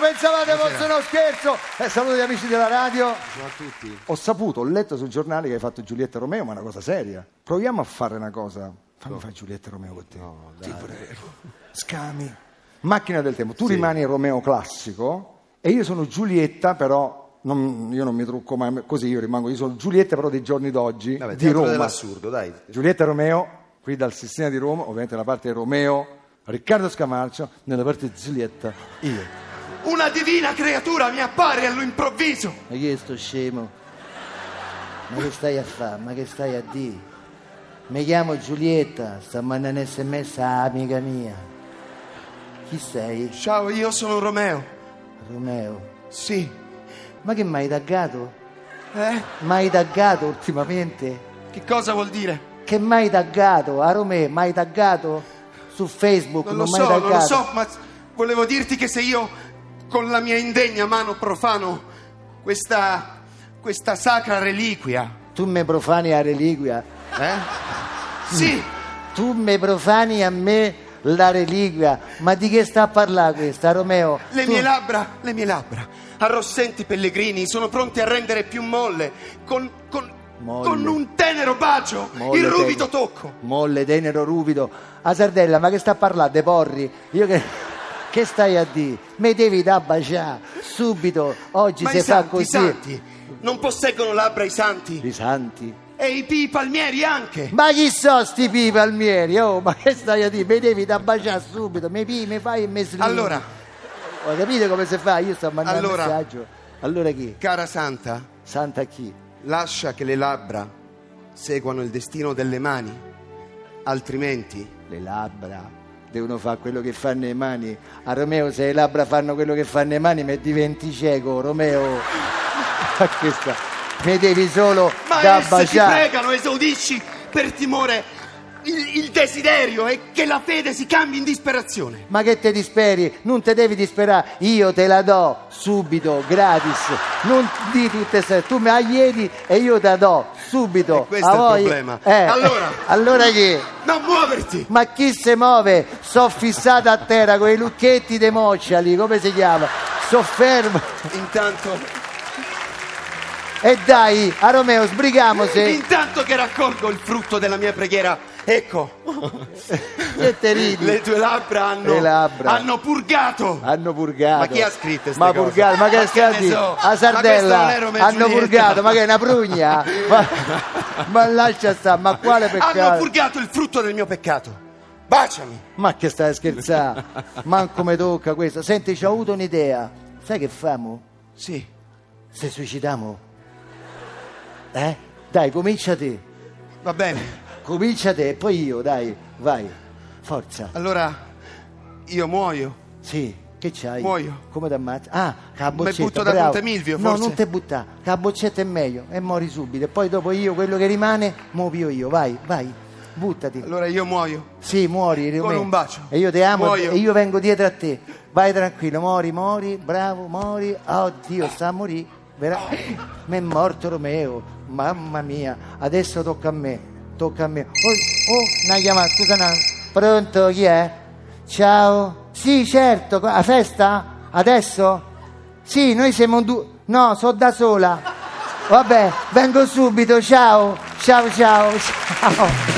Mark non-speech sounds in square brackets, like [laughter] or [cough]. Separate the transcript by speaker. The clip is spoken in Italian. Speaker 1: pensavate fosse uno scherzo? Eh, saluto gli amici della radio.
Speaker 2: Ciao a tutti.
Speaker 1: Ho saputo, ho letto sul giornale che hai fatto Giulietta e Romeo, ma è una cosa seria. Proviamo a fare una cosa. Fammi fare Giulietta e Romeo con te. Ti prego. Scami. Macchina del tempo. Tu rimani Romeo classico e io sono Giulietta, però. non- io non mi trucco mai così, io rimango, io sono Giulietta però dei giorni d'oggi
Speaker 2: Vabbè,
Speaker 1: di
Speaker 2: teatro
Speaker 1: Roma.
Speaker 2: dell'assurdo, dai.
Speaker 1: Giulietta Romeo, qui dal Sistema di Roma, ovviamente la parte di Romeo, Riccardo Scamarcio, nella parte di Giulietta, io.
Speaker 3: Una divina creatura mi appare all'improvviso.
Speaker 4: Ma chi è sto scemo? Ma che stai a fare? Ma che stai a dire? Mi chiamo Giulietta, sta mandando sms a amica mia. Chi sei?
Speaker 3: Ciao, io sono Romeo.
Speaker 4: Romeo.
Speaker 3: Sì.
Speaker 4: Ma che mai taggato?
Speaker 3: Eh?
Speaker 4: Mai taggato ultimamente?
Speaker 3: Che cosa vuol dire?
Speaker 4: Che mai taggato? A Romeo, mai taggato? Su Facebook
Speaker 3: Non
Speaker 4: non,
Speaker 3: lo
Speaker 4: mai
Speaker 3: so,
Speaker 4: taggato?
Speaker 3: non lo so, ma volevo dirti che se io con la mia indegna mano profano questa questa sacra reliquia,
Speaker 4: Tu mi profani la reliquia.
Speaker 3: eh? Sì,
Speaker 4: Tu mi profani a me la reliquia. Ma di che sta a parlare questa, Romeo?
Speaker 3: le
Speaker 4: Tu-
Speaker 3: mie labbra, le mie labbra arrossenti pellegrini sono pronte a rendere più molle con con
Speaker 4: Molle.
Speaker 3: con un tenero bacio,
Speaker 4: Molle
Speaker 3: il ruvido
Speaker 4: tenero.
Speaker 3: tocco.
Speaker 4: Molle, tenero, ruvido. A Sardella, ma che sta a parlare? De porri? Io che, che stai a dire? Mi devi da baciare subito, oggi
Speaker 3: Ma
Speaker 4: se
Speaker 3: i
Speaker 4: fa
Speaker 3: santi, i
Speaker 4: così.
Speaker 3: santi non posseggono labbra i santi
Speaker 4: I santi.
Speaker 3: e i pi palmieri anche.
Speaker 4: Ma chi so sti pi palmieri? Oh, ma che stai a dire? Mi devi da baciare subito, mi pi, mi fai e mi slini.
Speaker 3: Allora,
Speaker 4: Ho capito come si fa? Io sto mandando
Speaker 3: Allora.
Speaker 4: un messaggio. Allora chi?
Speaker 3: cara santa,
Speaker 4: Santa chi?
Speaker 3: lascia che le labbra seguano il destino delle mani, altrimenti
Speaker 4: Le labbra devono fare quello che fanno le mani. A Romeo se le labbra fanno quello che fanno le mani, mi diventi cieco, Romeo. Ma che sta- Mi devi solo
Speaker 3: ma
Speaker 4: da
Speaker 3: esse ti
Speaker 4: baciare.
Speaker 3: pregano esaudisci per timore il, il desiderio e che la fede si cambi in disperazione.
Speaker 4: Ma che te disperi? Non te devi disperare, io te la do subito, gratis. Non di tutte queste tu me la chiedi e io te la do subito.
Speaker 3: E questo
Speaker 4: A
Speaker 3: è il
Speaker 4: voi-
Speaker 3: problema.
Speaker 4: Eh,
Speaker 3: Allora.
Speaker 4: allora chi?
Speaker 3: Non muoverti!
Speaker 4: Ma chi si muove? So fissata a terra con i lucchetti dei mocciali, come si chiama? Soffermo.
Speaker 3: Intanto,
Speaker 4: E dai, a Romeo, sbrigamoci.
Speaker 3: intanto che raccolgo il frutto della mia preghiera, ecco, [laughs]
Speaker 4: Che te ridi?
Speaker 3: le tue labbra hanno,
Speaker 4: Le labbra.
Speaker 3: hanno purgato.
Speaker 4: Hanno purgato.
Speaker 3: Ma chi ha scritto queste
Speaker 4: Ma
Speaker 3: cose?
Speaker 4: purgato, ma
Speaker 3: Ma
Speaker 4: che
Speaker 3: che
Speaker 4: stai a
Speaker 3: ne
Speaker 4: dire?
Speaker 3: so?
Speaker 4: A
Speaker 3: Ma questo non
Speaker 4: Sardella
Speaker 3: è Romeo e
Speaker 4: hanno
Speaker 3: Giulietta.
Speaker 4: purgato, ma che è una prugna? ma, ma lascia sta, ma quale
Speaker 3: Hanno
Speaker 4: peccato?
Speaker 3: purgato il frutto del mio peccato. Baciami!
Speaker 4: Ma che stai a scherzare? Manco mi tocca questo. Senti, ci ho avuto un'idea. Sai che famo?
Speaker 3: Sì.
Speaker 4: Se suicidiamo? Eh? Dai, comincia te.
Speaker 3: Va bene.
Speaker 4: Comincia te e poi io, dai, vai. Forza.
Speaker 3: Allora io muoio.
Speaker 4: Sì, che c'hai?
Speaker 3: Muoio.
Speaker 4: Come ti ammazzi? Ah, che la
Speaker 3: Mi
Speaker 4: boccetta,
Speaker 3: butto da
Speaker 4: bravo.
Speaker 3: Monte Milvio,
Speaker 4: No,
Speaker 3: forse.
Speaker 4: non te buttà, che la boccetta è meglio e mori subito. E poi dopo io, quello che rimane, muovio io. Vai, vai, buttati.
Speaker 3: Allora io muoio.
Speaker 4: Sì, muori.
Speaker 3: Con
Speaker 4: Romeo.
Speaker 3: un bacio.
Speaker 4: E io ti amo
Speaker 3: Muoio.
Speaker 4: e io vengo dietro a te. Vai tranquillo, muori, muori, bravo, muori. Oddio, sta a morì. Vera... Mi è morto Romeo, mamma mia. Adesso tocca a me, tocca a me. Oh, oh una chiamata, scusa, una... Pronto, chi è? Ciao. Sì, certo, co- a festa? Adesso? Sì, noi siamo due. No, sono da sola. Vabbè, vengo subito, ciao, ciao, ciao, ciao.